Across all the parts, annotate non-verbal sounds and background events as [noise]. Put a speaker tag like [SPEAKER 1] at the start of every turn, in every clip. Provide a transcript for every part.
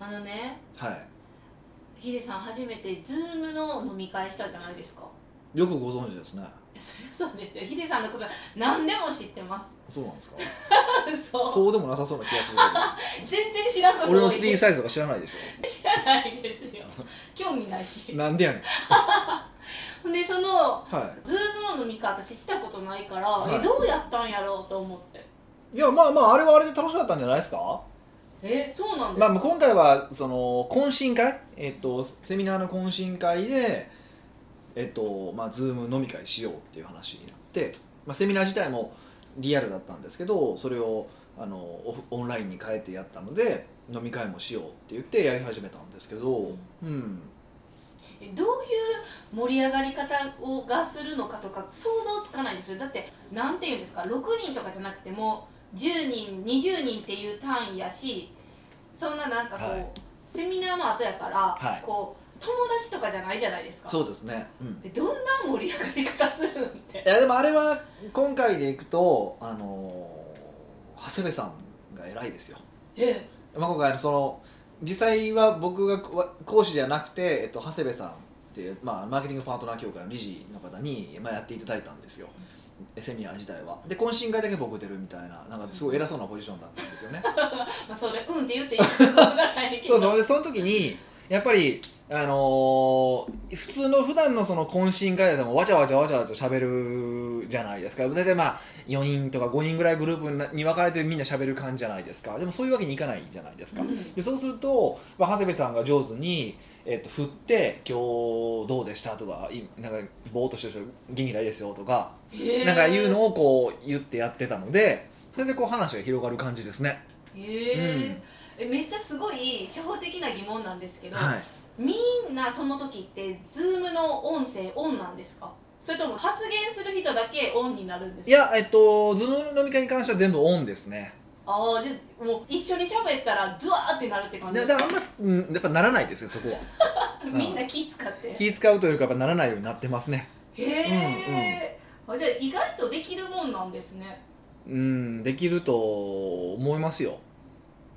[SPEAKER 1] あのね
[SPEAKER 2] はい
[SPEAKER 1] ヒデさん初めてズームの飲み会したじゃないですか
[SPEAKER 2] よくご存知ですね
[SPEAKER 1] いやそりゃそうですよヒデさんのことは何でも知って [laughs] ます
[SPEAKER 2] そうなんですか
[SPEAKER 1] そう
[SPEAKER 2] そうでもなさそうな気がする
[SPEAKER 1] 全然知らんこ
[SPEAKER 2] け
[SPEAKER 1] と [laughs]
[SPEAKER 2] ど俺の
[SPEAKER 1] 多いで
[SPEAKER 2] 3
[SPEAKER 1] す
[SPEAKER 2] サイズとか知らないでし
[SPEAKER 1] 知らないですよ興味ない [laughs]
[SPEAKER 2] ょ
[SPEAKER 1] し
[SPEAKER 2] なんでやねん
[SPEAKER 1] ほんでその
[SPEAKER 2] は
[SPEAKER 1] ズームの飲み会私したことないから、
[SPEAKER 2] はい
[SPEAKER 1] えどうやったんやろうと思って
[SPEAKER 2] いいやまあまああれはあれで楽しかったんじゃないですか
[SPEAKER 1] えそうなんですか、
[SPEAKER 2] まあ、今回はその懇親会、えっと、セミナーの懇親会で、えっとまあ、ズーム飲み会しようっていう話になって、まあ、セミナー自体もリアルだったんですけどそれをあのオフオンラインに変えてやったので飲み会もしようって言ってやり始めたんですけど、うん、
[SPEAKER 1] えどういう盛り上がり方をがするのかとか想像つかないんですよだってなんていうんですか6人とかじゃなくても10人20人っていう単位やしそんななんかこう、
[SPEAKER 2] はい
[SPEAKER 1] セミナーの後やから、
[SPEAKER 2] はい
[SPEAKER 1] こう友達とかじゃないじゃないですか
[SPEAKER 2] そうですね、うん、
[SPEAKER 1] えどんな盛り上がり方するのって
[SPEAKER 2] [laughs] いやでもあれは今回でいくとあの長谷部さんが偉いですよ
[SPEAKER 1] え
[SPEAKER 2] まあ、今回その実際は僕がこわ講師じゃなくて、えっと、長谷部さんっていう、まあ、マーケティングパートナー協会の理事の方に、まあ、やっていただいたんですよセミナー自体はで懇親会だけ僕出るみたいななんかすごい偉そうなポジションだったんですよね
[SPEAKER 1] まあ、それうんって言っていいことがないけど
[SPEAKER 2] そうそうでその時にやっぱりあのー普通の普段のその懇親会でもわちゃわちゃわちゃわちゃ喋るじゃないですか大体まあ4人とか5人ぐらいグループになに分かれてみんな喋る感じじゃないですかでもそういうわけにいかないじゃないですか、
[SPEAKER 1] うん
[SPEAKER 2] でそうすると、まあ、長谷部さんが上手に、えっと振って「今日どうでした?」とかい「なんかぼーっとしてる人元気ないですよ」とか、
[SPEAKER 1] へえ
[SPEAKER 2] なんかいうのをこう言ってやってたのでそれでこう話が広がる感じですね。
[SPEAKER 1] へええめっちゃすごい初歩的な疑問なんですけど、
[SPEAKER 2] はい、
[SPEAKER 1] みんなその時ってズームの音声オンなんですかそれとも発言する人だけオンになるんですか
[SPEAKER 2] いやえっとズームの飲み会に関しては全部オンですね。
[SPEAKER 1] ああじゃあもう一緒に喋ったらドゥワーってなるって感じ
[SPEAKER 2] で
[SPEAKER 1] で
[SPEAKER 2] だ
[SPEAKER 1] す
[SPEAKER 2] か
[SPEAKER 1] から
[SPEAKER 2] あんまうんやっぱならないですよそこは。うん
[SPEAKER 1] [laughs] みんな気使ってへ
[SPEAKER 2] 気使うというかやっぱならないようになってますね。
[SPEAKER 1] え、あじゃあ意外とできるもんなんですね
[SPEAKER 2] うんできると思いますよ。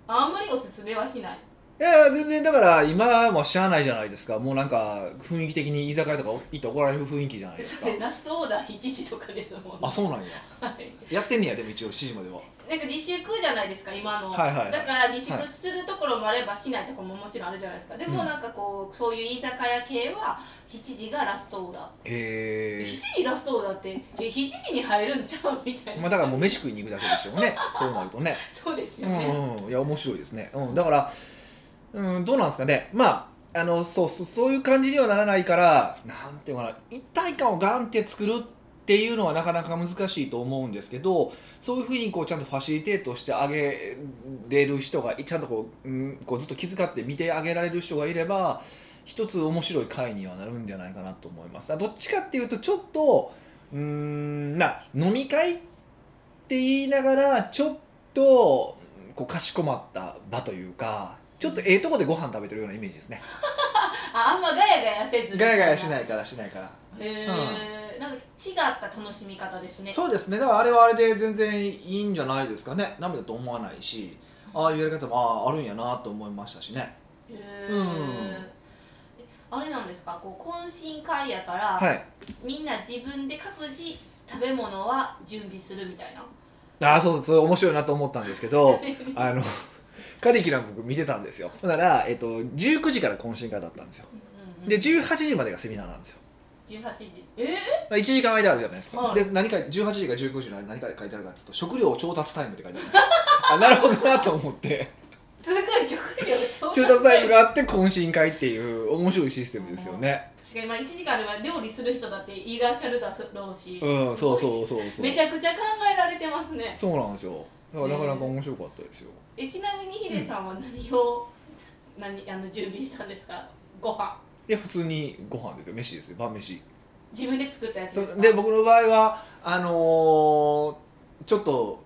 [SPEAKER 1] あんまりおすすめはしない
[SPEAKER 2] いやいや全然だから今もしゃあないじゃないですかもうなんか雰囲気的に居酒屋とか行って怒られる雰囲気じゃないです
[SPEAKER 1] そ [laughs]
[SPEAKER 2] か
[SPEAKER 1] れラストオーダー7時とかですもんね
[SPEAKER 2] あそうなんや
[SPEAKER 1] はい
[SPEAKER 2] やってんねやでも一応7時までは
[SPEAKER 1] なんか自粛じゃないですか今の、
[SPEAKER 2] はいはいはい
[SPEAKER 1] だから自粛するところもあればしないところももちろんあるじゃないですか、でも
[SPEAKER 2] うん
[SPEAKER 1] なんかこうそういう居酒屋系は7時がラストオーダー
[SPEAKER 2] へ
[SPEAKER 1] 7時ラストオーダーってえ7時に入るんちゃうみたい
[SPEAKER 2] え
[SPEAKER 1] な、
[SPEAKER 2] まあだからもう飯食いに行くだけでしょうねそうなるとね
[SPEAKER 1] そうです
[SPEAKER 2] う
[SPEAKER 1] よね、
[SPEAKER 2] んうんいや面白いですね、うん、だからうんどうなんですかねまああのそうそうそういう感じにはならないからなんていうのかな一体感をガンって作るっていうのはなかなか難しいと思うんですけどそういうふうにこうちゃんとファシリテートしてあげれる人がちゃんとこう,、うん、こうずっと気遣って見てあげられる人がいれば一つ面白い回にはなるんじゃないかなと思います。どっちかっていうとちょっとうーんな飲み会って言いながらちょっとこうかしこまった場というかちょっとええとこでご飯食べてるようなイメージですね。
[SPEAKER 1] ああんまガヤガヤせずみた
[SPEAKER 2] ガヤ
[SPEAKER 1] い
[SPEAKER 2] ガヤしない
[SPEAKER 1] へ
[SPEAKER 2] いからしないから。
[SPEAKER 1] え、なんか違った楽しみ方ですね
[SPEAKER 2] そうですねだからあれはあれで全然いいんじゃないですかねダメだと思わないしああいうやり方もあああるんやなと思いましたしね
[SPEAKER 1] へえ、
[SPEAKER 2] うん
[SPEAKER 1] えあれなんですかこう懇親会やから、
[SPEAKER 2] はい
[SPEAKER 1] みんな自分で各自食べ物は準備するみたいな
[SPEAKER 2] ああそうそう面白いなと思ったんですけ
[SPEAKER 1] [laughs]
[SPEAKER 2] どあのカリキュラム僕見てたんですよだから、えっと、19時から懇親会だったんですよ
[SPEAKER 1] うんうん
[SPEAKER 2] で18時までがセミナーなんですよ
[SPEAKER 1] 18時え
[SPEAKER 2] 1時間間あるじゃないですか、
[SPEAKER 1] はい
[SPEAKER 2] で何か18時から19時の間に何か書いてあるかっていうと食料調達タイムって書いてあるんですよあなるほどなと
[SPEAKER 1] [laughs]
[SPEAKER 2] 思って
[SPEAKER 1] すごい食料
[SPEAKER 2] 調達タイムがあって懇親会っていう面白いシステムですよね
[SPEAKER 1] 確かにまあ1時間あれば料理する人だっていらっしゃるだろうし、
[SPEAKER 2] うんそう
[SPEAKER 1] う
[SPEAKER 2] そうそうそう
[SPEAKER 1] めちゃくちゃ考えられてますね
[SPEAKER 2] そうなんですよだからなかなか面白かったですよ、
[SPEAKER 1] えちなみにヒデさんは何を、何あの準備したんですかご飯
[SPEAKER 2] いや普通にご飯ですよ飯ですよ晩飯
[SPEAKER 1] 自分で作ったやつ
[SPEAKER 2] そ
[SPEAKER 1] ですか
[SPEAKER 2] で僕の場合はあのーちょっと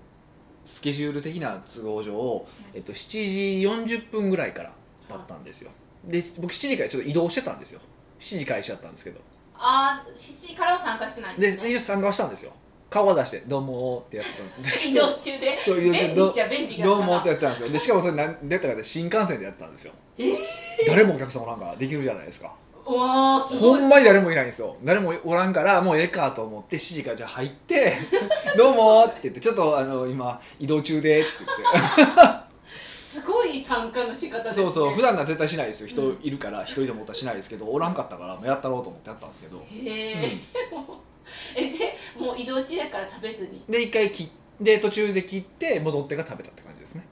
[SPEAKER 2] スケジュール的な都合上、えっと、7時40分ぐらいからだったんですよで僕7時からちょっと移動してたんですよ7時開始だったんですけど
[SPEAKER 1] ああ7時からは参加してないん
[SPEAKER 2] で
[SPEAKER 1] ですね
[SPEAKER 2] 一応参加はしたんですよ顔を出して「どうも」ってやってたんです
[SPEAKER 1] [laughs] 移
[SPEAKER 2] けど
[SPEAKER 1] 動中で
[SPEAKER 2] [laughs] そう
[SPEAKER 1] 便
[SPEAKER 2] いう
[SPEAKER 1] 利
[SPEAKER 2] どう
[SPEAKER 1] っちゃ便利が
[SPEAKER 2] どうもってやってたんですよでしかもそれ何でやったかって新幹線でやってたんですよ、
[SPEAKER 1] えー
[SPEAKER 2] 誰もお客さんおらんからできるじゃないですか
[SPEAKER 1] うわーすご
[SPEAKER 2] ほ
[SPEAKER 1] い
[SPEAKER 2] んまに誰もいないんですよ誰もおらんからもうええかと思って7時からじゃあ入って [laughs] 「どうも」って言って「ちょっとあの今移動中で」って [laughs] 言っ
[SPEAKER 1] すごい参加の仕方で
[SPEAKER 2] て
[SPEAKER 1] す、ね、
[SPEAKER 2] そうそう普段が絶対しないですよ
[SPEAKER 1] う
[SPEAKER 2] 人
[SPEAKER 1] ん
[SPEAKER 2] いるから一人でもおったらしないですけどおらんかったからもうやったろうと思ってやったんですけど、
[SPEAKER 1] へえ、もうえでもう移動中やから食べずに
[SPEAKER 2] うんで一回切で途中で切って戻ってが食べたって感じですね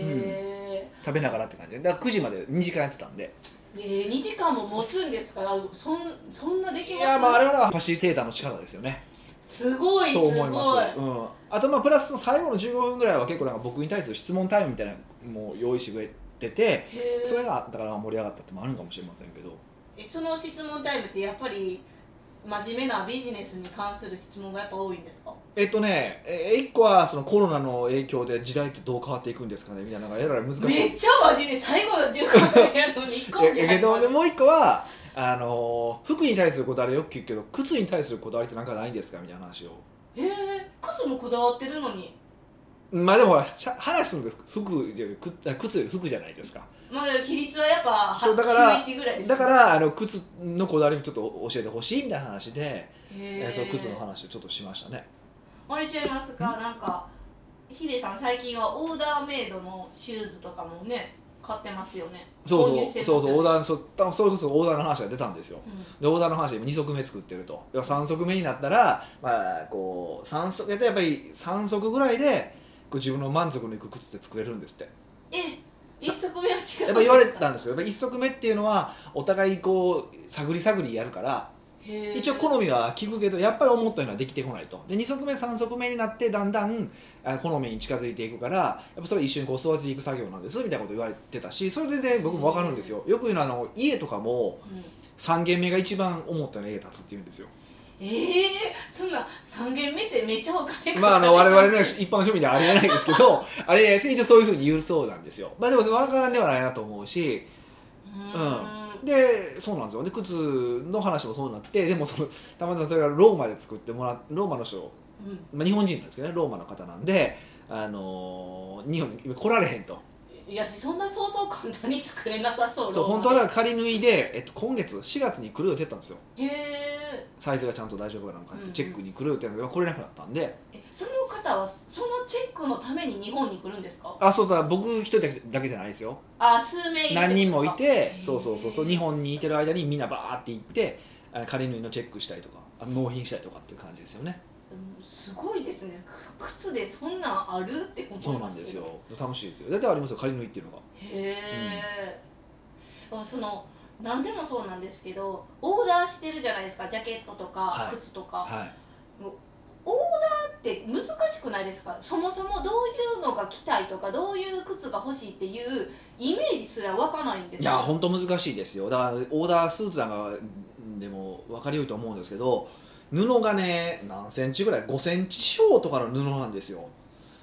[SPEAKER 1] へ
[SPEAKER 2] 食べながらって感じでだから9時まで2時間やってたんで
[SPEAKER 1] え、えー、2時間も持つんですからそんそんなでき
[SPEAKER 2] い
[SPEAKER 1] ます
[SPEAKER 2] やまああれはだからファシリテーターの力ですよね
[SPEAKER 1] すごいす
[SPEAKER 2] と
[SPEAKER 1] ごい
[SPEAKER 2] 思います、うん、あとまあプラスの最後の15分ぐらいは結構なんか僕に対する質問タイムみたいなのも用意してくれてて
[SPEAKER 1] へー
[SPEAKER 2] それがだから盛り上がったってのもあるんかもしれませんけど
[SPEAKER 1] えその質問タイムってやっぱり真面目なビジネスに関する質問がやっぱ多いんですか
[SPEAKER 2] えっとねえ1個はそのコロナの影響で時代ってどう変わっていくんですかねみたいなのがやられ難しい
[SPEAKER 1] めっちゃ真面目最後の15分やるのに1個
[SPEAKER 2] ええけどでもう1個はあのー服に対するこだわりはよく聞くけど靴に対するこだわりってなんかないんですかみたいな話を
[SPEAKER 1] えー、靴もこだわってるのに
[SPEAKER 2] まあでもほらしゃ話すると服じゃ靴あ靴より服じゃないですか
[SPEAKER 1] まあ比率はやっぱ
[SPEAKER 2] そうだから
[SPEAKER 1] 1ぐらいです
[SPEAKER 2] だからあの靴のこだわりもちょっと教えてほしいみたいな話で、え
[SPEAKER 1] へ
[SPEAKER 2] ーその靴の話をちょっとしましたね
[SPEAKER 1] あれちゃいますかなんかヒデさん最近はオーダーメイドのシューズとかもね買ってますよね
[SPEAKER 2] そう
[SPEAKER 1] 購入
[SPEAKER 2] そ
[SPEAKER 1] して
[SPEAKER 2] う
[SPEAKER 1] る
[SPEAKER 2] そうそうオーダーそ多分それこそオーダーの話が出たんですよ
[SPEAKER 1] うん
[SPEAKER 2] でオーダーの話で今2足目作ってると要は3足目になったら、まあ、こう3足やっぱり3足ぐらいでこう自分の満足のいく靴って作れるんですって
[SPEAKER 1] え一足目は違うんですか
[SPEAKER 2] やっぱ言われたんですよやっぱ1足目っていうのはお互いこう探り探りやるから
[SPEAKER 1] へー
[SPEAKER 2] 一応好みは聞くけどやっぱり思ったようにはできてこないとで2足目3足目になってだんだんあ好みに近づいていくからやっぱそれは一緒にこう育てていく作業なんですみたいなこと言われてたしそれ全然僕も分かるんですよよく言うのはあの家とかも
[SPEAKER 1] うん
[SPEAKER 2] 3軒目が一番思ったような家建つって言うんですよ
[SPEAKER 1] ええそんな3軒目ってめっちゃお金かかる
[SPEAKER 2] まああの我々の一般の庶民ではありえないです
[SPEAKER 1] [laughs]
[SPEAKER 2] けどあれですけど一応そういうふうに言うそうなんですよまあでも分からんではないなと思うし
[SPEAKER 1] うーん
[SPEAKER 2] でそうなんですよで靴の話もそうなってでもそのたまたまそれがローマで作ってもらっローマの人
[SPEAKER 1] うん
[SPEAKER 2] まあ、日本人なんですけどねローマの方なんで、あのー日本に来られへんと
[SPEAKER 1] いやそんなそうそう簡単に作れなさそう
[SPEAKER 2] そ
[SPEAKER 1] ロ
[SPEAKER 2] う
[SPEAKER 1] ーマ
[SPEAKER 2] 本当はだから仮縫いで、えっと、今月4月に来る予定だったんですよ
[SPEAKER 1] へえ
[SPEAKER 2] サイズがちゃんと大丈夫かなんかっ
[SPEAKER 1] うんう
[SPEAKER 2] て
[SPEAKER 1] ん
[SPEAKER 2] チェックに来る予定なのが来れなくなったんで、
[SPEAKER 1] えその方はそのチェックのために日本に来るんですか
[SPEAKER 2] あそうだ僕一人だけだけじゃないですよ
[SPEAKER 1] あ数名いるってことですか
[SPEAKER 2] 何人もいて
[SPEAKER 1] ー
[SPEAKER 2] そうそうそうそう日本にいてる間にみんなバーって行ってあ仮縫いのチェックしたりとかあ納品したりとかっていう感じですよね
[SPEAKER 1] すごいですねく靴でそんなんあるって思います
[SPEAKER 2] そうなんですよ楽しいですよ大体ありますよ仮縫いっていうのが
[SPEAKER 1] へえ、あその何でもそうなんですけどオーダーしてるじゃないですかジャケットとか
[SPEAKER 2] はい
[SPEAKER 1] 靴とか、
[SPEAKER 2] はい
[SPEAKER 1] って難しくないですかそもそもどういうのが着たいとかどういう靴が欲しいっていうイメージすら湧かないんです
[SPEAKER 2] いや本当難しいですよだからオーダースーツなんかでも分かりよいと思うんですけど布がね何センチぐらい5センチ小とかの布なんですよ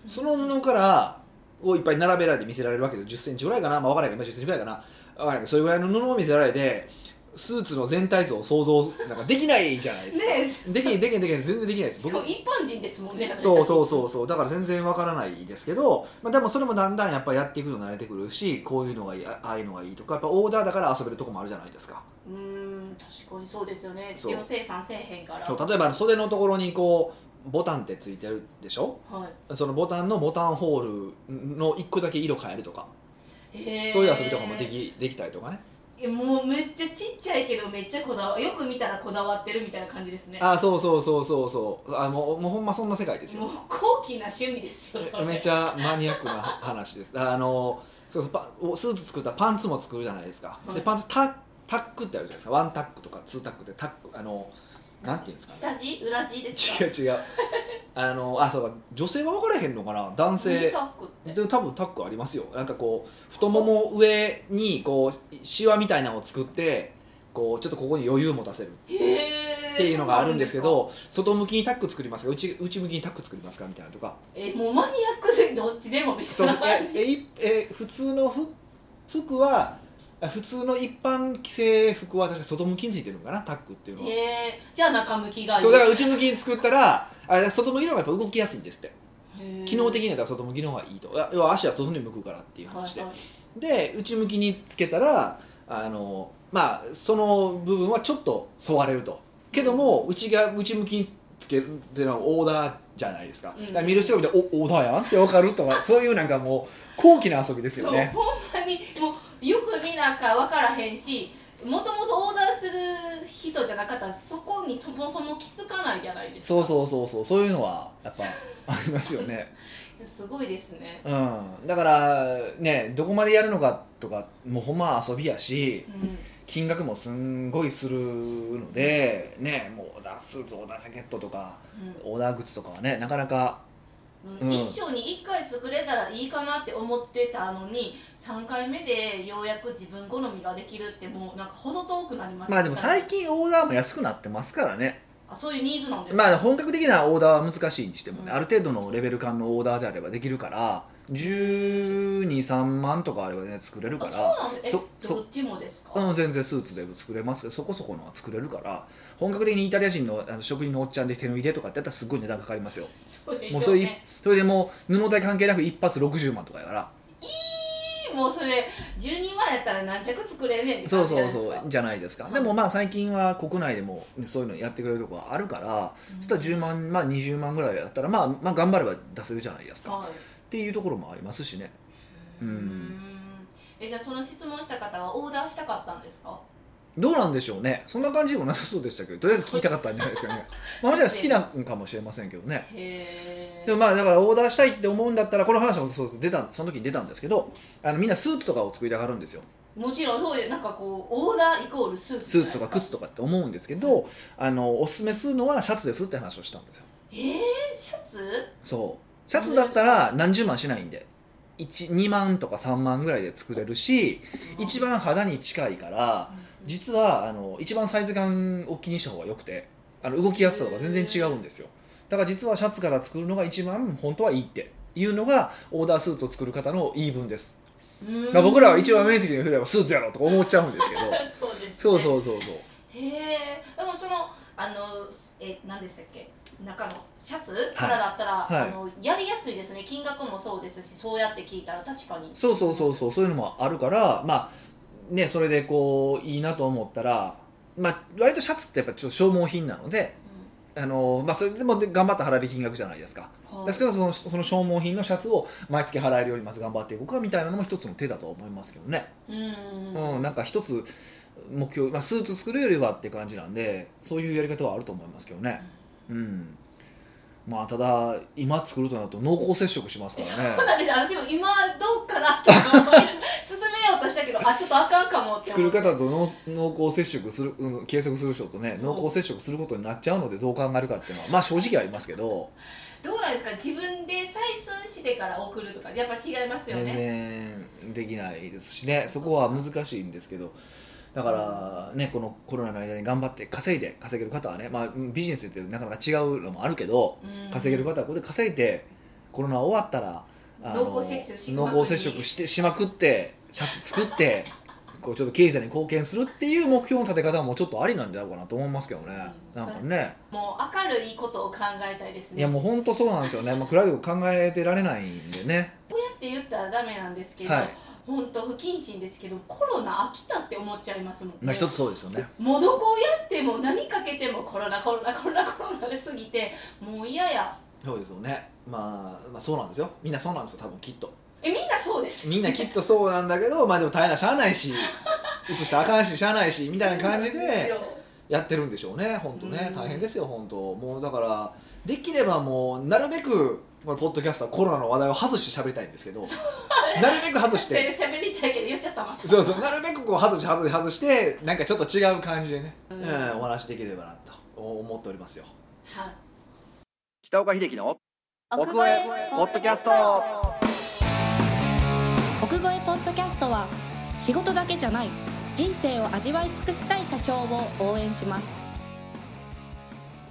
[SPEAKER 2] その布からをいっぱい並べられて見せられるわけです10センチぐらいかな、まあ、分からないけど10センチぐらいかな分からないけどそれぐらいの布を見せられてスーツの全体像を想像なんかできないじゃないですか、
[SPEAKER 1] ねえ
[SPEAKER 2] できないできないできない全然できないです
[SPEAKER 1] し
[SPEAKER 2] 僕
[SPEAKER 1] かも一般人ですもんね
[SPEAKER 2] そうそううそうそうだから全然わからないですけど、まあ、でもそれもだんだんやっぱやっていくと慣れてくるしこういうのがいいあああいうのがいいとかやっぱオーダーだから遊べるとこもあるじゃないですか
[SPEAKER 1] うーん確かにそうですよね
[SPEAKER 2] そう
[SPEAKER 1] 量生産せえへんから
[SPEAKER 2] そう例えばあの袖のところにこうボタンってついてるでしょ
[SPEAKER 1] は
[SPEAKER 2] そのボタンのボタンホールの1個だけ色変えるとか、
[SPEAKER 1] い、へえ
[SPEAKER 2] そういう遊びとかもできできたりとかね
[SPEAKER 1] いやもうめっちゃちっちゃいけどめっちゃこだわよく見たらこだわってるみたいな感じですね
[SPEAKER 2] あそうそうそうそうそうあもうもうほんまそんな世界です
[SPEAKER 1] も
[SPEAKER 2] よ
[SPEAKER 1] う高貴な趣味ですよそれ
[SPEAKER 2] めちゃマニアックな話ですあのそうそうパスーツ作ったらパンツも作るじゃないですか、
[SPEAKER 1] はい
[SPEAKER 2] でパンツタタックってあるじゃないですかワンタックとかツータックってタックあのなんていうんです
[SPEAKER 1] 下
[SPEAKER 2] か
[SPEAKER 1] 地裏地ですか
[SPEAKER 2] ね違う違うあのあそうか女性は分からへんのかな男
[SPEAKER 1] ミニ
[SPEAKER 2] 性
[SPEAKER 1] タックって
[SPEAKER 2] でも多分タックありますよなんかこう太もも上にこうシワみたいなのを作ってこうちょっとここに余裕持たせる
[SPEAKER 1] へえ
[SPEAKER 2] っていうのがあるんですけど、外向きにタック作りますか内内向きにタック作りますかみたいなとか
[SPEAKER 1] えもうマニ [laughs] アックでどっちでもみた
[SPEAKER 2] そ
[SPEAKER 1] いうな感じ
[SPEAKER 2] ええいえ普通の服服は普通の一般規制服は確か外向きについてるのかなタックっていうのは、
[SPEAKER 1] へえじゃあ中向きがいい
[SPEAKER 2] そうだから内向きに作ったらあ外向きの方がやっぱ動きやすいんですって
[SPEAKER 1] へえ
[SPEAKER 2] 機能的には外向きの方がいいとあ要は足は外に向くからっていう話で、
[SPEAKER 1] はいはい
[SPEAKER 2] で内向きにつけたらあのまあその部分はちょっと沿われるとけども内が内向きにつけるっていうのはオーダーじゃないですか,、
[SPEAKER 1] うん
[SPEAKER 2] だから見る人が見ておオーダーやんって分かるとかそういうなんかもう高貴な遊びです
[SPEAKER 1] そ
[SPEAKER 2] よ
[SPEAKER 1] う、
[SPEAKER 2] ね
[SPEAKER 1] ほんまにもうよく見なんか分からへんしもともとオーダーする人じゃなかったらそこにそもそも気づかないじゃないですか
[SPEAKER 2] そうそうそうそうそういうのはやっぱありますよね、
[SPEAKER 1] いやすごいですね
[SPEAKER 2] うん、だからねどこまでやるのかとかもうほんま遊びやし
[SPEAKER 1] うん
[SPEAKER 2] 金額もすんごいするのでねもうオーダースーツオーダージャケットとかオーダーグッズとかはねなかなか
[SPEAKER 1] うん
[SPEAKER 2] うん
[SPEAKER 1] 一生に1回作れたらいいかなって思ってたのに3回目でようやく自分好みができるってもうなんか程遠くなりました
[SPEAKER 2] まあでも最近オーダーも安くなってますからね、
[SPEAKER 1] あそういうニーズなんですか
[SPEAKER 2] まあ、本格的なオーダーは難しいにしてもね、
[SPEAKER 1] うん
[SPEAKER 2] ある程度のレベル感のオーダーであればできるから123万とかあればね作れるか
[SPEAKER 1] あそう
[SPEAKER 2] ら
[SPEAKER 1] なんです
[SPEAKER 2] そ
[SPEAKER 1] え
[SPEAKER 2] そ
[SPEAKER 1] どっちもですか、
[SPEAKER 2] うん、全然スーツでも作れますけどそこそこのは作れるから本格的にイタリア人のあの職人のおっちゃんで手の入れとかってやったらすごい値段かかりますよ
[SPEAKER 1] そうでしょ
[SPEAKER 2] もう
[SPEAKER 1] う
[SPEAKER 2] そういう
[SPEAKER 1] ね
[SPEAKER 2] それでもう布体関係なく一発60万とかやから
[SPEAKER 1] もうそれ12万やったら何着作れんねんって感
[SPEAKER 2] そう
[SPEAKER 1] じじゃな
[SPEAKER 2] そ
[SPEAKER 1] いで
[SPEAKER 2] う
[SPEAKER 1] すか
[SPEAKER 2] そうじゃないですか、
[SPEAKER 1] はい
[SPEAKER 2] でもまあ最近は国内でもね、そういうのやってくれるとこはあるからそしたら10万、まあ、20万ぐらいだったら、まあ、まあ頑張れば出せるじゃないですか、っ
[SPEAKER 1] はい
[SPEAKER 2] ていうところもありますしね
[SPEAKER 1] う
[SPEAKER 2] うんん
[SPEAKER 1] えじゃあその質問した方はオーダーしたかったんですか
[SPEAKER 2] どうなんでしょうねそんな感じもなさそうでしたけどとりあえず聞いたかったんじゃないですか [laughs] ねまあもちろん好きなんかもしれませんけどね
[SPEAKER 1] へえ
[SPEAKER 2] でもまあだからオーダーしたいって思うんだったらこの話もそうそう出たその時に出たんですけどあのみんなスーツとかを作りたがるんですよ
[SPEAKER 1] もちろんそうでなんかこうオーダーイコールスーツ
[SPEAKER 2] スーツとか靴
[SPEAKER 1] と
[SPEAKER 2] とかって思うんですけどあのおすすめするのはシャツですって話をしたんですよ
[SPEAKER 1] えー、シャツ
[SPEAKER 2] そうシャツだったら何十万しないんで1 2万とか3万ぐらいで作れるし一番肌に近いから実はあの一番サイズ感を気にした方がよくてあの動きやすさとか全然違うんですよだから実はシャツから作るのが一番本当はいいっていうのがオーダースーツを作る方の言い分です、
[SPEAKER 1] うん
[SPEAKER 2] まあ、僕らは一番面積の増えばスーツやろとか思っちゃうんですけど
[SPEAKER 1] [laughs] そうです、ね、
[SPEAKER 2] そう
[SPEAKER 1] う
[SPEAKER 2] そうそうそう
[SPEAKER 1] へえでもそのあのえ何でしたっけ中のシャツから
[SPEAKER 2] はい
[SPEAKER 1] だったら、
[SPEAKER 2] はい
[SPEAKER 1] あのやりやすいですね金額もそうですしそうやって聞いたら確かに
[SPEAKER 2] そうそうそうそうそういうのもあるからまあねそれでこういいなと思ったらまあ割とシャツってやっぱちょっと消耗品なのであのまあそれでもで頑張って払える金額じゃないですか
[SPEAKER 1] うん、はい
[SPEAKER 2] ですけどそのその消耗品のシャツを毎月払えるようにまず頑張っていこうかみたいなのも一つの手だと思いますけどね
[SPEAKER 1] うん
[SPEAKER 2] うんなんか一つ目標、まあ、スーツ作るよりはって感じなんでそういうやり方はあると思いますけどねうんまあただ今作るとなると濃厚接触しますからね
[SPEAKER 1] [laughs] そうなんです私も今どうかなって思い進めようとしたけどあちょっとあかんかもって
[SPEAKER 2] 作
[SPEAKER 1] 思
[SPEAKER 2] る
[SPEAKER 1] って
[SPEAKER 2] 方と濃濃厚接触するうん計測する人とね
[SPEAKER 1] そう
[SPEAKER 2] 濃厚接触することになっちゃうのでどう考えるかっていうのはまあ正直ありますけど、
[SPEAKER 1] どうなんですか自分で採寸してから送るとかやっぱ違いますよ
[SPEAKER 2] 全
[SPEAKER 1] ね
[SPEAKER 2] 然できないですしねそこは難しいんですけどだからねこのコロナの間に頑張って稼いで稼げる方はね、まあ、うんビジネスってなかなか違うのもあるけど
[SPEAKER 1] うん
[SPEAKER 2] 稼げる方はここで稼いでコロナ終わったらあの
[SPEAKER 1] 濃厚接触しまくり
[SPEAKER 2] 濃厚接触してしまくってシャツ作ってこうちょっと経済に貢献するっていう目標の立て方もちょっとありなんじゃないかなと思いますけどね、
[SPEAKER 1] うん
[SPEAKER 2] なんかね
[SPEAKER 1] もう明るいことを考えたいですね
[SPEAKER 2] いやもう本当そうなんですよね、まあ、暗いこと考えてられないんでね
[SPEAKER 1] こうやって言ったらダメなんですけど、
[SPEAKER 2] はい、
[SPEAKER 1] 本当不謹慎ですけどコロナ飽きたって思っちゃいますもんね
[SPEAKER 2] まあ、一つそうですよね
[SPEAKER 1] もうどこをやっても何かけてもコロナコロナコロナコロナで過ぎてもう嫌や
[SPEAKER 2] そうですよね、まあ、まあそうなんですよみんなそうなんですよ多分きっと
[SPEAKER 1] えみんなそうです
[SPEAKER 2] みんなきっとそうなんだけどま [laughs] あでも大変なしゃあな
[SPEAKER 1] [laughs]
[SPEAKER 2] いし移したらあかんししゃあないしみたいな感じ
[SPEAKER 1] そうなんす
[SPEAKER 2] で
[SPEAKER 1] よ
[SPEAKER 2] やってるんでしょうね本当ね
[SPEAKER 1] うん
[SPEAKER 2] 大変ですよ本当もうだからできればもうなるべくこのポッドキャストはコロナの話題を外して喋りたいんですけどなるべく外
[SPEAKER 1] せ
[SPEAKER 2] し
[SPEAKER 1] [laughs]
[SPEAKER 2] て
[SPEAKER 1] 喋りたいけど言っちゃったまた
[SPEAKER 2] そうそうなるべくこう外し外し外してなんかちょっと違う感じでね、
[SPEAKER 1] う
[SPEAKER 2] うんんお話できればなと思っておりますよ
[SPEAKER 1] はい
[SPEAKER 2] 北岡秀樹の
[SPEAKER 3] 奥越えポッドキャスト奥越えポッドキャストは仕事だけじゃない人生を味わい尽くしたい社長を応援します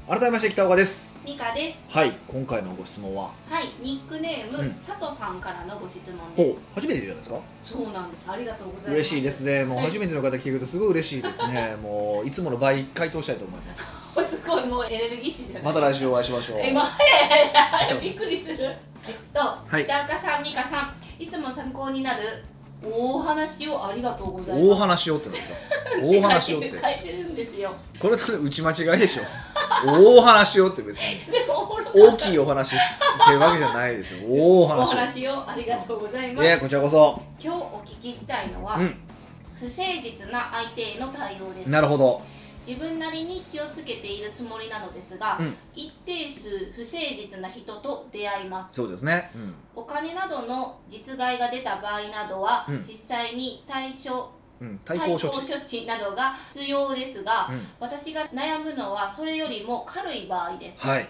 [SPEAKER 2] 改めまして北岡です
[SPEAKER 1] ミカです
[SPEAKER 2] はい今回のご質問は
[SPEAKER 1] はいニックネーム、
[SPEAKER 2] うん
[SPEAKER 1] 佐藤さんからのご質問
[SPEAKER 2] ほ
[SPEAKER 1] で
[SPEAKER 2] う初めてじゃないですか
[SPEAKER 1] すそうなんですありがとうございます
[SPEAKER 2] 嬉しいですねもう
[SPEAKER 1] はい
[SPEAKER 2] 初めての方聞くとすごい嬉しいです
[SPEAKER 1] [laughs]
[SPEAKER 2] ねもういつもの倍回答したいと思います
[SPEAKER 1] これすごいもうエネルギッシュじゃない
[SPEAKER 2] また来週お会いしましょう
[SPEAKER 1] え、ま [laughs] あ、いやいやいやびっくりする。えっと、
[SPEAKER 2] い
[SPEAKER 1] 北岡さん、美香さん、いつも参考になるお話をありがとうございます。
[SPEAKER 2] 大話をってなんですか
[SPEAKER 1] [laughs]
[SPEAKER 2] 大話をっ
[SPEAKER 1] ってて書いてるんですよ。
[SPEAKER 2] これ多分打ち間違いでしょ大話をって
[SPEAKER 1] [laughs]
[SPEAKER 2] 別に
[SPEAKER 1] でも、おもろかった
[SPEAKER 2] [laughs] 大きいお話っていうわけじゃないですよ大
[SPEAKER 1] お
[SPEAKER 2] 話を
[SPEAKER 1] 話をありがとうござい
[SPEAKER 2] い
[SPEAKER 1] ます。
[SPEAKER 2] やこちらこそ
[SPEAKER 1] 今日お聞きしたいのは、
[SPEAKER 2] う
[SPEAKER 1] 不誠実な相手への対応です
[SPEAKER 2] ん。なるほど
[SPEAKER 1] 自分なりに気をつけているつもりなのですが、
[SPEAKER 2] うん
[SPEAKER 1] 一定数不誠実な人と出会います。
[SPEAKER 2] そうですね、うん、
[SPEAKER 1] お金などの実害が出た場合などは、
[SPEAKER 2] うん
[SPEAKER 1] 実際に対処
[SPEAKER 2] うん、対抗処
[SPEAKER 1] 対
[SPEAKER 2] 置
[SPEAKER 1] などが必要ですが、
[SPEAKER 2] うん
[SPEAKER 1] 私が悩むのはそれよりも軽い場合です、
[SPEAKER 2] はい、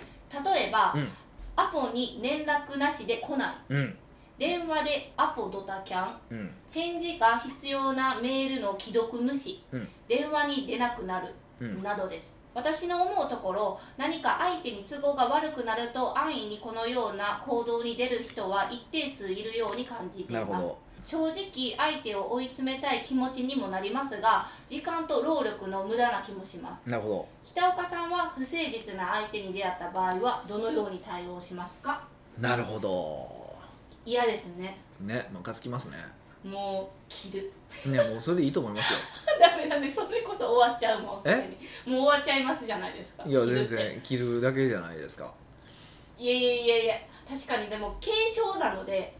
[SPEAKER 1] 例えば、
[SPEAKER 2] うん
[SPEAKER 1] アポに連絡なしで来ない
[SPEAKER 2] うん
[SPEAKER 1] 電話でアポドタキャン
[SPEAKER 2] うん、
[SPEAKER 1] 返事が必要なメールの既読無視、
[SPEAKER 2] うん
[SPEAKER 1] 電話に出なくなる、
[SPEAKER 2] うん
[SPEAKER 1] などです私の思うところ何か相手に都合が悪くなると安易にこのような行動に出る人は一定数いるように感じてい
[SPEAKER 2] なるほ
[SPEAKER 1] ます
[SPEAKER 2] ど
[SPEAKER 1] 正直相手を追い詰めたい気持ちにもなりますが時間と労力の無駄な気もします
[SPEAKER 2] なるほど
[SPEAKER 1] 北岡さんは不誠実な相手に出会った場合はどのように対応しますか
[SPEAKER 2] なるほど
[SPEAKER 1] 嫌ですね
[SPEAKER 2] ねムカつきますね
[SPEAKER 1] もう切る [laughs]
[SPEAKER 2] ねもうそれでいいと思いますよ
[SPEAKER 1] ダメダメそれこそ終わっちゃうもんすでに
[SPEAKER 2] え
[SPEAKER 1] もう終わっちゃいますじゃないですか
[SPEAKER 2] [laughs] いや
[SPEAKER 1] 切る
[SPEAKER 2] 全
[SPEAKER 1] って
[SPEAKER 2] 然着るだけじゃないですか
[SPEAKER 1] いやいやいやいや確かにでも軽症なので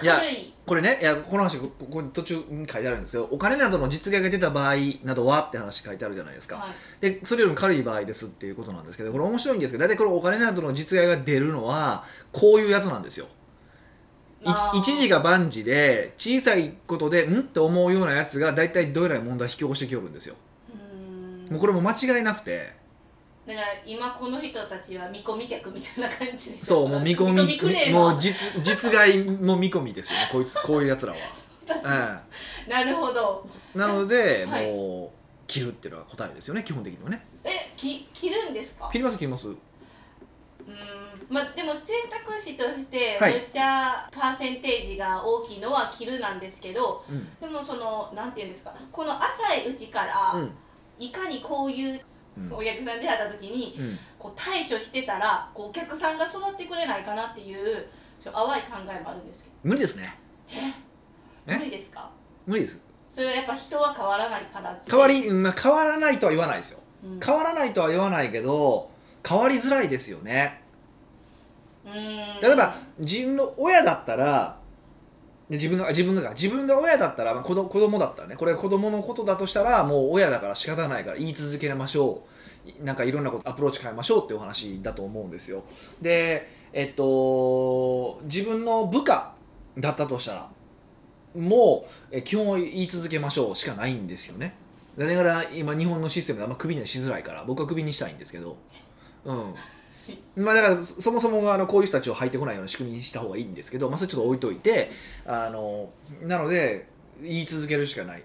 [SPEAKER 2] いや
[SPEAKER 1] 軽い
[SPEAKER 2] これねいやこの話こここに途中に書いてあるんですけどお金などの実害が出た場合などはって話書いてあるじゃないですか、
[SPEAKER 1] はい
[SPEAKER 2] でそれよりも軽い場合ですっていうことなんですけどこれ面白いんですけど大体このお金などの実害が出るのはこういうやつなんですよ
[SPEAKER 1] まあ
[SPEAKER 2] い一時が万事で小さいことでんって思うようなやつが大体どえらい問題引き起こしてきよるんですよ
[SPEAKER 1] うーん
[SPEAKER 2] もうこれも間違いなくて
[SPEAKER 1] だから今この人たちは見込み客みたいな感じでしょ
[SPEAKER 2] そうもう見込み
[SPEAKER 1] クレーマー
[SPEAKER 2] もう実実害も見込みですよねこいつこういうや [laughs] つら
[SPEAKER 1] 確かに
[SPEAKER 2] は、
[SPEAKER 1] なるほど
[SPEAKER 2] うん、なので、
[SPEAKER 1] はい
[SPEAKER 2] もう切るっていうのは答えですよね基本的にはね
[SPEAKER 1] えき着るんですか
[SPEAKER 2] 切ります切ります
[SPEAKER 1] うーんまあでも選択肢として
[SPEAKER 2] はい
[SPEAKER 1] めっちゃパーセンテージが大きいのは着るなんですけど
[SPEAKER 2] うん、
[SPEAKER 1] でもそのなんていうんですかこの浅いうちから、
[SPEAKER 2] うん
[SPEAKER 1] いかにこういう
[SPEAKER 2] うん
[SPEAKER 1] お客さんに出会った時に
[SPEAKER 2] うん、
[SPEAKER 1] こう対処してたらこうお客さんが育ってくれないかなっていうちょ淡い考えもあるんですけ
[SPEAKER 2] 無理ですね
[SPEAKER 1] ど
[SPEAKER 2] え
[SPEAKER 1] 無理ですか
[SPEAKER 2] 無理です
[SPEAKER 1] それはやっぱ人は変わらないからって
[SPEAKER 2] 変わり、うんまあ、変わらないとは言わないですよ
[SPEAKER 1] うん
[SPEAKER 2] 変わらないとは言わないけど変わりづらいですよね
[SPEAKER 1] うーん
[SPEAKER 2] 例えば自分の親だったらで自分があ自分が自分が親だったら、まあ、子ど子供だったらねこれ子供のことだとしたらもう親だから仕方ないから言い続けましょういなんかいろんなことアプローチ変えましょうっていうお話だと思うんですよでえっと自分の部下だったとしたらもうえ基本を言い続けましょうしかないんですよねだから今日本のシステムであんまクビにはしづらいから僕はクビにしたいんですけどうんまあ、だからそそもそもあのこういう人たちを入ってこないような仕組みにした方がいいんですけど、まあ、それちょっと置いといてあのなので言い続けるしかない、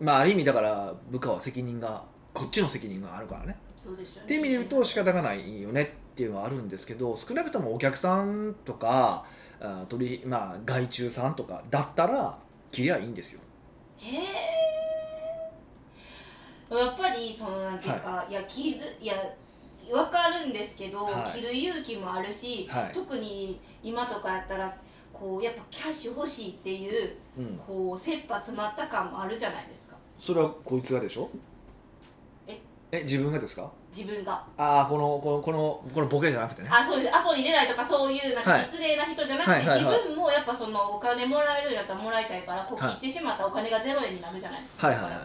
[SPEAKER 2] まあ、ある意味だから部下は責任がこっちの責任があるからね
[SPEAKER 1] そうですよね
[SPEAKER 2] っていう意味で言うと仕方がないよねっていうのはあるんですけど少なくともお客さんとかあ取り、まあ、外注さんとかだったら切りゃいいんですよ。
[SPEAKER 1] へえやっぱりそのなんていうか、い、や着るいやわかるんですけど、
[SPEAKER 2] はい
[SPEAKER 1] 着る勇気もあるし、
[SPEAKER 2] はい
[SPEAKER 1] 特に今とかやったらこうやっぱキャッシュ欲しいっていう
[SPEAKER 2] うん、
[SPEAKER 1] こう切羽詰まった感もあるじゃないですか
[SPEAKER 2] それはこいつがでしょ
[SPEAKER 1] え
[SPEAKER 2] え自分がですか
[SPEAKER 1] 自分が
[SPEAKER 2] ああこのこのこのこのボケじゃなくてね。
[SPEAKER 1] あそうですアポに出ないとかそういうなん
[SPEAKER 2] はい
[SPEAKER 1] か失礼な人じゃなくて、
[SPEAKER 2] はいはいはい
[SPEAKER 1] 自分もやっぱそのお金もらえるんやったらもらいたいからこう
[SPEAKER 2] はい
[SPEAKER 1] 切ってしまったお金がゼロ円になるじゃないですか、
[SPEAKER 2] はいはいはいは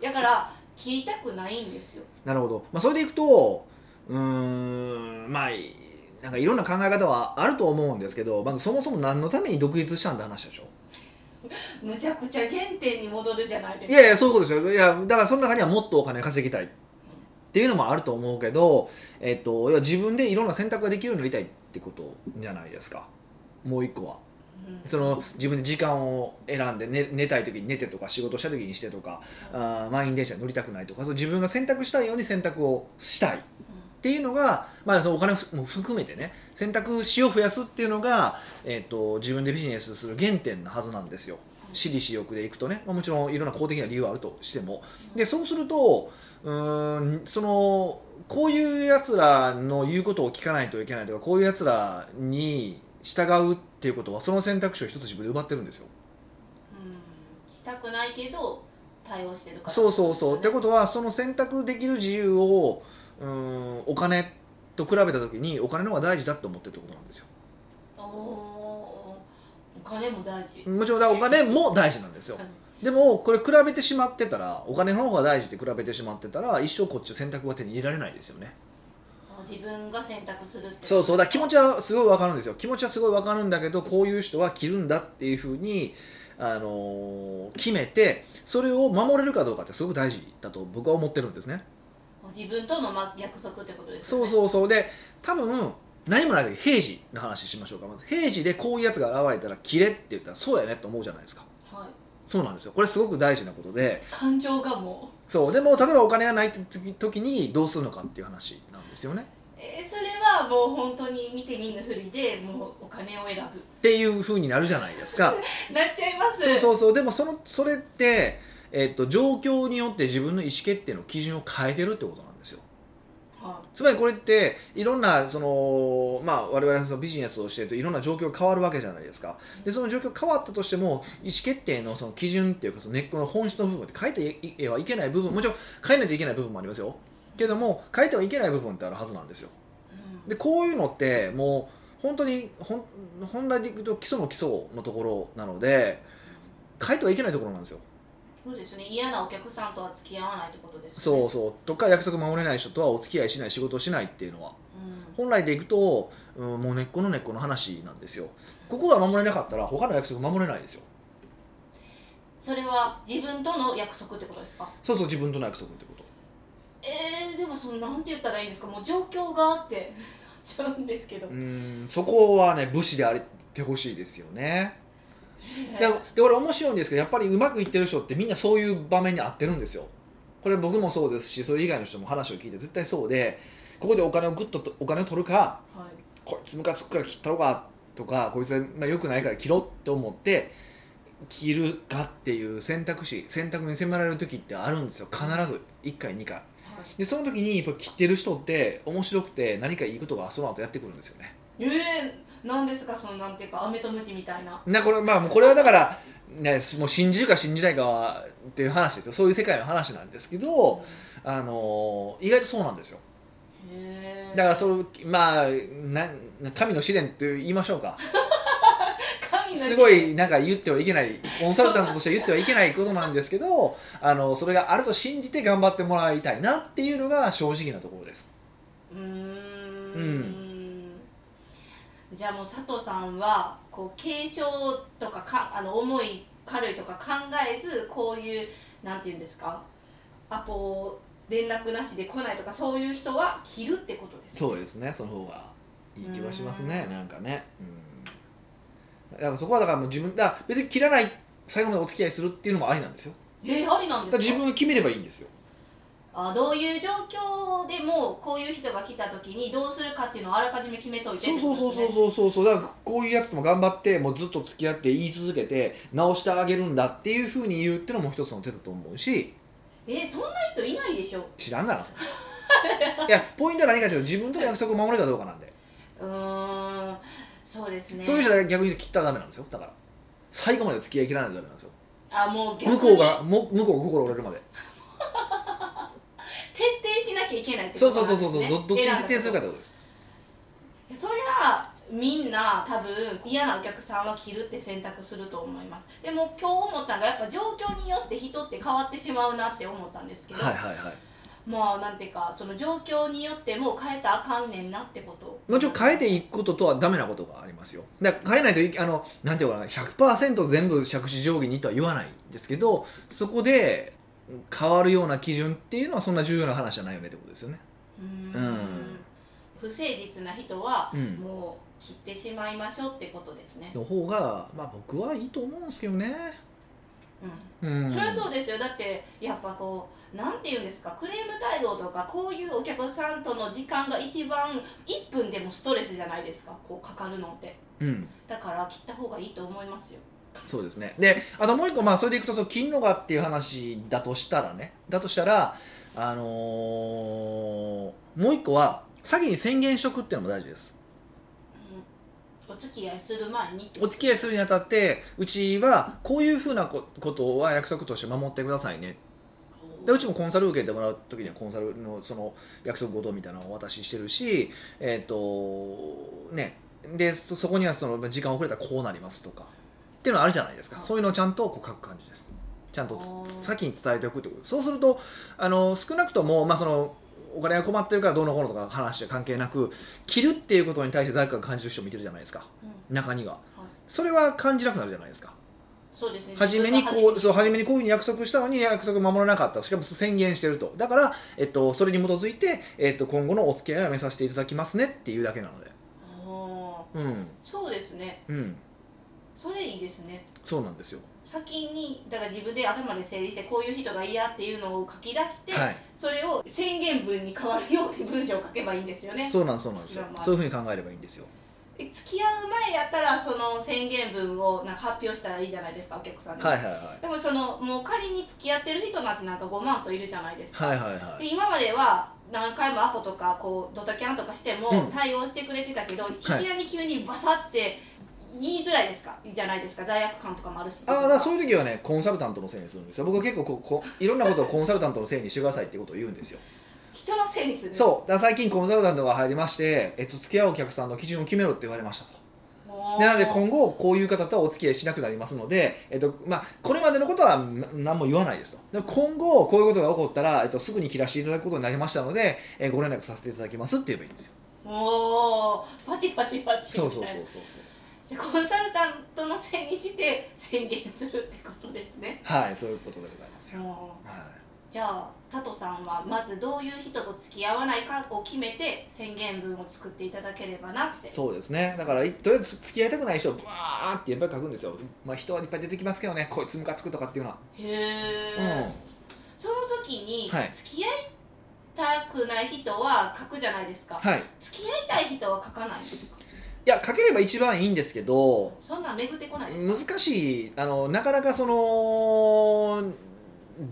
[SPEAKER 2] い
[SPEAKER 1] だから切りたくないんですよ
[SPEAKER 2] なるほど、まあ、それでいくとうーんまあいなんかいろんな考え方はあると思うんですけどまずそもそも何のために独立したんだ話でしょ
[SPEAKER 1] むちゃくちゃ原点に戻るじゃないですか
[SPEAKER 2] いやいやそういうことですよいやだからその中にはもっとお金稼ぎたいっていうのもあると思うけど、えっと、要は自分でいろんな選択ができるようになりたいってことじゃないですかもう一個は。
[SPEAKER 1] うん
[SPEAKER 2] その自分で時間を選んで寝寝たい時に寝てとか仕事した時にしてとかあー満員電車に乗りたくないとかそう自分が選択したいように選択をしたい
[SPEAKER 1] う
[SPEAKER 2] っっていうのが、まあ、そのお金も含めてね選択肢を増やすっていうのが、えっと自分でビジネスする原点なはずなんですよ。私利私欲でいくとね、まあ、もちろんいろんな公的な理由はあるとしてもでそうするとうーんそのこういうやつらの言うことを聞かないといけないとかこういうやつらに従うっていうことはその選択肢を一つ自分で奪ってるんですよ。
[SPEAKER 1] うんしたくないけど対応してるから
[SPEAKER 2] そうそうそう。って
[SPEAKER 1] と
[SPEAKER 2] ことはその選択できる自由をうーんお金と比べた時にお金の方が大事だと思ってるってことなんですよ。
[SPEAKER 1] おおーお金も大事、
[SPEAKER 2] もちろんだからお金も大事なんですよ。でもこれ比べてしまってたらお金の方が大事って比べてしまってたら一生こっちの選択は手に入れられないですよね。
[SPEAKER 1] あ自分が選択するって
[SPEAKER 2] そうそうだから気持ちはすごいわかるんですよ気持ちはすごいわかるんだけどこういう人は着るんだっていうふうに、あのー決めてそれを守れるかどうかってすごく大事だと僕は思ってるんですね
[SPEAKER 1] 自分とのま約束ってことですよ
[SPEAKER 2] そ
[SPEAKER 1] ね
[SPEAKER 2] う
[SPEAKER 1] う
[SPEAKER 2] そうそうで多分何もない時平時の話しましょうかまず平時でこういうやつが現れたら「切れ」って言ったら「そうやね」と思うじゃないですか
[SPEAKER 1] はい、
[SPEAKER 2] そうなんですよこれすごく大事なことで
[SPEAKER 1] 感情がもう
[SPEAKER 2] そうでも例えばお金がない時時にどうするのかっていう話なんですよね
[SPEAKER 1] えーそれはもう本当に見て見ぬふりでもうお金を選ぶ
[SPEAKER 2] っていうふうになるじゃないですか
[SPEAKER 1] なっちゃいます
[SPEAKER 2] そうそうそうでもそのそれって、えっと状況によって自分の意思決定の基準を変えてるってことなんですよ
[SPEAKER 1] は
[SPEAKER 2] つまりこれっていろんなその、まあ、我々そのビジネスをしているといろんな状況が変わるわけじゃないですかでその状況変わったとしても意思決定のその基準っていうかその根っこの本質の部分って変えていいはいけない部分もちろん変えないといけない部分もありますよけども変えてはいけない部分ってあるはずなんですよ
[SPEAKER 1] いうん
[SPEAKER 2] でこういうのってもう本当にほん本来でいくと基礎の基礎のところなので変えてはいけないところなんですよ
[SPEAKER 1] そうですね嫌なお客さんとは付き合わないってことですよね
[SPEAKER 2] そうそうとか約束守れない人とはお付き合いしない仕事をしないっていうのは
[SPEAKER 1] うん
[SPEAKER 2] 本来でいくと、うん、もう根っこの根っこの話なんですよここが守れなかったら他の約束守れないですよ
[SPEAKER 1] それは自分との約束ってことですか
[SPEAKER 2] そうそう自分との約束ってこと
[SPEAKER 1] えー、でもそのなんて言ったらいいんですかもう状況があって [laughs] なっちゃうんですけど、
[SPEAKER 2] うんそこはね武士であってほしいですよねでで俺面白いんですけどやっぱりうまくいってる人ってみんなそういう場面に合ってるんですよこれ僕もそうですしそれ以外の人も話を聞いて絶対そうでここでお金をグッととお金を取るか
[SPEAKER 1] はい
[SPEAKER 2] こいつムカつくから切ったろかとかこいつはまあ良くないから切ろうって思って切るかっていう選択肢選択に迫られる時ってあるんですよ必ず1回2回
[SPEAKER 1] はい、
[SPEAKER 2] でその時にやっぱ切ってる人って面白くて何かいいことがその後やってくるんですよね
[SPEAKER 1] えー、なんですかそのなんていうか飴とムチみたいな
[SPEAKER 2] なこれまあもうこれはだから、ね、もう信じるか信じないかはっていう話ですよそういう世界の話なんですけど、あのー意外とそうなんですよ
[SPEAKER 1] へえ
[SPEAKER 2] だからそうまあな神の試練と言いましょうか
[SPEAKER 1] 神の
[SPEAKER 2] すごいなんか言ってはいけないコンサルタントとしては言ってはいけないことなんですけどあのそれがあると信じて頑張ってもらいたいなっていうのが正直なところです
[SPEAKER 1] うーん
[SPEAKER 2] うん
[SPEAKER 1] じゃあもう佐藤さんはこう軽症とかかあの重い軽いとか考えずこういうなんていうんですかアポ連絡なしで来ないとかそういう人は切るってことです
[SPEAKER 2] そうですねその方がいい気はしますねなんかねうんだからそこはだからもう自分だから別に切らない最後までお付き合いするっていうのもありなんですよ
[SPEAKER 1] えーありなん
[SPEAKER 2] だ
[SPEAKER 1] で
[SPEAKER 2] か
[SPEAKER 1] す
[SPEAKER 2] ら
[SPEAKER 1] か
[SPEAKER 2] 自分が決めればいいんですよ
[SPEAKER 1] あどういう状況でもこういう人が来た時にどうするかっていうのをあらかじめ決めといて
[SPEAKER 2] そうそうそうそう
[SPEAKER 1] う
[SPEAKER 2] そうそうそうだからこういうやつとも頑張ってもうずっと付き合って言い続けて直してあげるんだっていうふうに言うってのも一つの手だと思うし
[SPEAKER 1] えーそんな人いないでしょ
[SPEAKER 2] 知らんがなそ [laughs] れいやポイントは何かというと自分との約束を守れるかどうかなんで、
[SPEAKER 1] うーんそうですね
[SPEAKER 2] そういう人は逆に切ったらダメなんですよだから最後まで付き合い切らないとダメなんですよ
[SPEAKER 1] あもう逆
[SPEAKER 2] 向
[SPEAKER 1] に
[SPEAKER 2] こうがも向こうが心折れるまで
[SPEAKER 1] 徹底しなきゃいけないってこ
[SPEAKER 2] そ
[SPEAKER 1] と
[SPEAKER 2] うそうそうそう
[SPEAKER 1] なんで
[SPEAKER 2] そう
[SPEAKER 1] す
[SPEAKER 2] ど
[SPEAKER 1] ね
[SPEAKER 2] どっちに徹底するかってことです
[SPEAKER 1] 選んだそりゃみんな多分嫌なお客さんは着るって選択すると思いますでも今日思ったのがやっぱ状況によって人って変わってしまうなって思ったんですけど、
[SPEAKER 2] はいはいはい
[SPEAKER 1] まあなんていうかその状況によってもう変えたらあかんねんなってこと
[SPEAKER 2] もちろん変えていくこととはダメなことがありますよだから変えないといあのなんていうのかな100%全部着手定規にとは言わないんですけどそこで変わるような基準っていうのはそんな重要な話じゃないよねってことですよね
[SPEAKER 1] うーん
[SPEAKER 2] うん
[SPEAKER 1] 不誠実な人は
[SPEAKER 2] うん
[SPEAKER 1] もう切ってしまいましょうってことですね、
[SPEAKER 2] の方がまあ僕はいいと思うんですけどね
[SPEAKER 1] う、
[SPEAKER 2] うんん
[SPEAKER 1] それはそうですよだってやっぱこうなんて言うんですかクレーム対応とかこういうお客さんとの時間が一番1分でもストレスじゃないですかこうかかるのって
[SPEAKER 2] うん
[SPEAKER 1] だから切った方がいいと思いますよ
[SPEAKER 2] そうですねであともう一個まあそれでいくとその金のがっていう話だとしたらねだとしたらあのーもう一個は詐欺に宣言しとくっていうのも大事です
[SPEAKER 1] うんお付き合いする前にって
[SPEAKER 2] お付き合いするにあたってうちはこういうふうなこことは約束として守ってくださいねでうちもコンサル受けてもらう時にはコンサルのその約束事みたいなのをお渡ししてるしえっ、とねでそそこにはその時間遅れたらこうなりますとかっていうのはあるじゃないですか
[SPEAKER 1] はい
[SPEAKER 2] そういうのをちゃんとこう書く感じですちゃんとつ
[SPEAKER 1] あー
[SPEAKER 2] 先に伝えておくってことそうするとあの少なくとも、まあ、そのお金が困ってるからどうのこうのとか話は関係なく切るっていうことに対して罪悪感感じる人もいてるじゃないですか
[SPEAKER 1] うん
[SPEAKER 2] 中には
[SPEAKER 1] はい
[SPEAKER 2] それは感じなくなるじゃないですか
[SPEAKER 1] そうですね
[SPEAKER 2] 初めにこ
[SPEAKER 1] 自分が初め
[SPEAKER 2] うそう初めにこういうふうに約束したのに約束守らなかったしかも宣言してるとだから、えっと、それに基づいて、えっと、今後のお付き合いはやめさせていただきますねっていうだけなので
[SPEAKER 1] あ
[SPEAKER 2] うん
[SPEAKER 1] ーそうですね
[SPEAKER 2] うん
[SPEAKER 1] それいいですね
[SPEAKER 2] そうなんですよ
[SPEAKER 1] 先にだから自分で頭で整理してこういう人が嫌っていうのを書き出して、
[SPEAKER 2] はい
[SPEAKER 1] それを宣言文に変わるように文章を書けばいいんですよね
[SPEAKER 2] そうなんそうなんですよ
[SPEAKER 1] 付き合う前
[SPEAKER 2] そういうふうに考えればいいんですよ
[SPEAKER 1] え付き合う前やったらその宣言文をなんか発表したらいいじゃないですかお客さんに、
[SPEAKER 2] はいはいはい
[SPEAKER 1] でもそのもう仮に付き合ってる人たちなんか5万といるじゃないですか、
[SPEAKER 2] はいはいはい
[SPEAKER 1] で今までは何回もアポとかこうドタキャンとかして
[SPEAKER 2] う
[SPEAKER 1] も
[SPEAKER 2] ん
[SPEAKER 1] 対応してくれてたけど、いき
[SPEAKER 2] は
[SPEAKER 1] ないり急にバサって言いづらいですかじゃないですか罪悪感とかもあるし
[SPEAKER 2] ああだからそういう時はねコンサルタントのせいにするんですよ僕は結構こうこういろんなことをコンサルタントのせいにしてくださいってことを言うんですよ
[SPEAKER 1] 人のせいにする
[SPEAKER 2] そうだから最近コンサルタントが入りまして、えっと、付き合うお客さんの基準を決めろって言われましたと
[SPEAKER 1] もう
[SPEAKER 2] でなので今後こういう方とはお付き合いしなくなりますので、えっとまあ、これまでのことはな何も言わないですとで今後こういうことが起こったら、えっと、すぐに切らしていただくことになりましたので、えーご連絡させていただきますって言えばいいんですよ
[SPEAKER 1] もうパチパチパチみたいな
[SPEAKER 2] そうそうそうそうそう
[SPEAKER 1] じゃあコンサルタントのせいにして宣言するってことですね
[SPEAKER 2] はいそういうことでございますよ、
[SPEAKER 1] もう
[SPEAKER 2] は
[SPEAKER 1] じゃあ佐藤さんはまずどういう人と付き合わないかを決めて宣言文を作っていただければなって
[SPEAKER 2] い、そうですねだからいとりあえず付き合いたくない人をブワーっていっぱい書くんですよ、まあ、人はいっぱい出てきますけどねこいつムカつくとかっていうのは、
[SPEAKER 1] へえ、その時に
[SPEAKER 2] はい
[SPEAKER 1] 付き合いたくない人は書くじゃないですか、
[SPEAKER 2] うんはいい
[SPEAKER 1] 付き合いたい人は書かないんですか
[SPEAKER 2] や書ければ一番いいんですけど
[SPEAKER 1] そんなん巡ってこないですか
[SPEAKER 2] 難しいあのなかなかその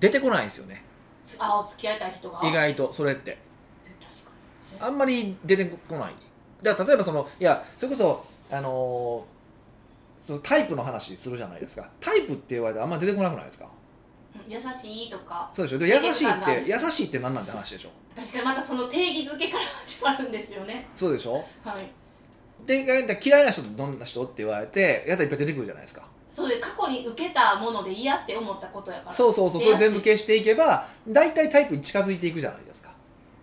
[SPEAKER 2] 出てこないんですよね
[SPEAKER 1] つあお付き合いたい人が
[SPEAKER 2] 意外とそれって
[SPEAKER 1] え確か
[SPEAKER 2] あんまり出てこないだから例えばそのいやそれこそあのーそのタイプの話するじゃないですかタイプって言われてあんまり出てこなくないですか
[SPEAKER 1] に優しいとか
[SPEAKER 2] そうでしょで優しい
[SPEAKER 1] 出てこない
[SPEAKER 2] って優しいって何なんて話でしょ
[SPEAKER 1] 確かにまたその定義づけから始まるんですよね
[SPEAKER 2] そうでしょ
[SPEAKER 1] はい
[SPEAKER 2] で嫌いな人ってどんな人って言われてやったらいっぱい出てくるじゃないですか
[SPEAKER 1] それ過去に受けたもので嫌って思ったことやから
[SPEAKER 2] そうそうそうそれ全部消していけば大体タイプに近づいていくじゃないですか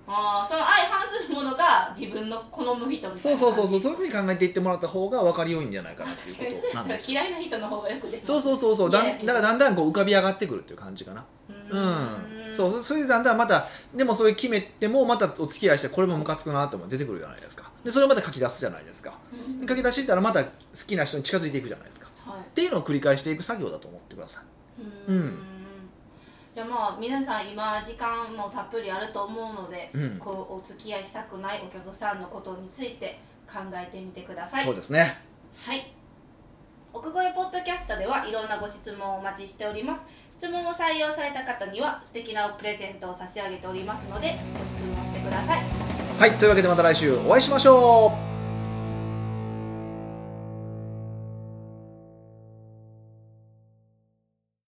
[SPEAKER 1] ああその相反するものが自分の好む人みたいな
[SPEAKER 2] そうそうそうそううそういうふうに考えていってもらった方が分かりよいんじゃないかなって
[SPEAKER 1] 確か
[SPEAKER 2] い
[SPEAKER 1] に
[SPEAKER 2] う
[SPEAKER 1] そ
[SPEAKER 2] こ
[SPEAKER 1] れだ
[SPEAKER 2] とな
[SPEAKER 1] っ
[SPEAKER 2] ん
[SPEAKER 1] たら
[SPEAKER 2] ですよ
[SPEAKER 1] 嫌いな人の方がよく出て
[SPEAKER 2] そうそうそうそうだ
[SPEAKER 1] いやい
[SPEAKER 2] ん
[SPEAKER 1] や
[SPEAKER 2] だからだんだんこう浮かび上がってくるっていう感じかなうん、そううそれでだんだんまたでもそれ決めてもまたお付き合いしてこれもムカつくなっても出てくるじゃないですかでそれをまた書き出すじゃないですか
[SPEAKER 1] ーん
[SPEAKER 2] で書き出していったらまた好きな人に近づいていくじゃないですかっ
[SPEAKER 1] は
[SPEAKER 2] ていうのを繰り返していく作業だと思ってください
[SPEAKER 1] いうーんじゃあまあ皆さん今時間もたっぷりあると思うので、
[SPEAKER 2] うん
[SPEAKER 1] こうお付き合いしたくないお客さんのことについて考えてみてください
[SPEAKER 2] そうですね
[SPEAKER 1] はい。奥越ポッドキャストではいろんなご質問をお待ちしております。質問を採用された方には素敵なプレゼントを差し上げておりますので、ご質問してください。
[SPEAKER 2] はいというわけでまた来週お会いしましょう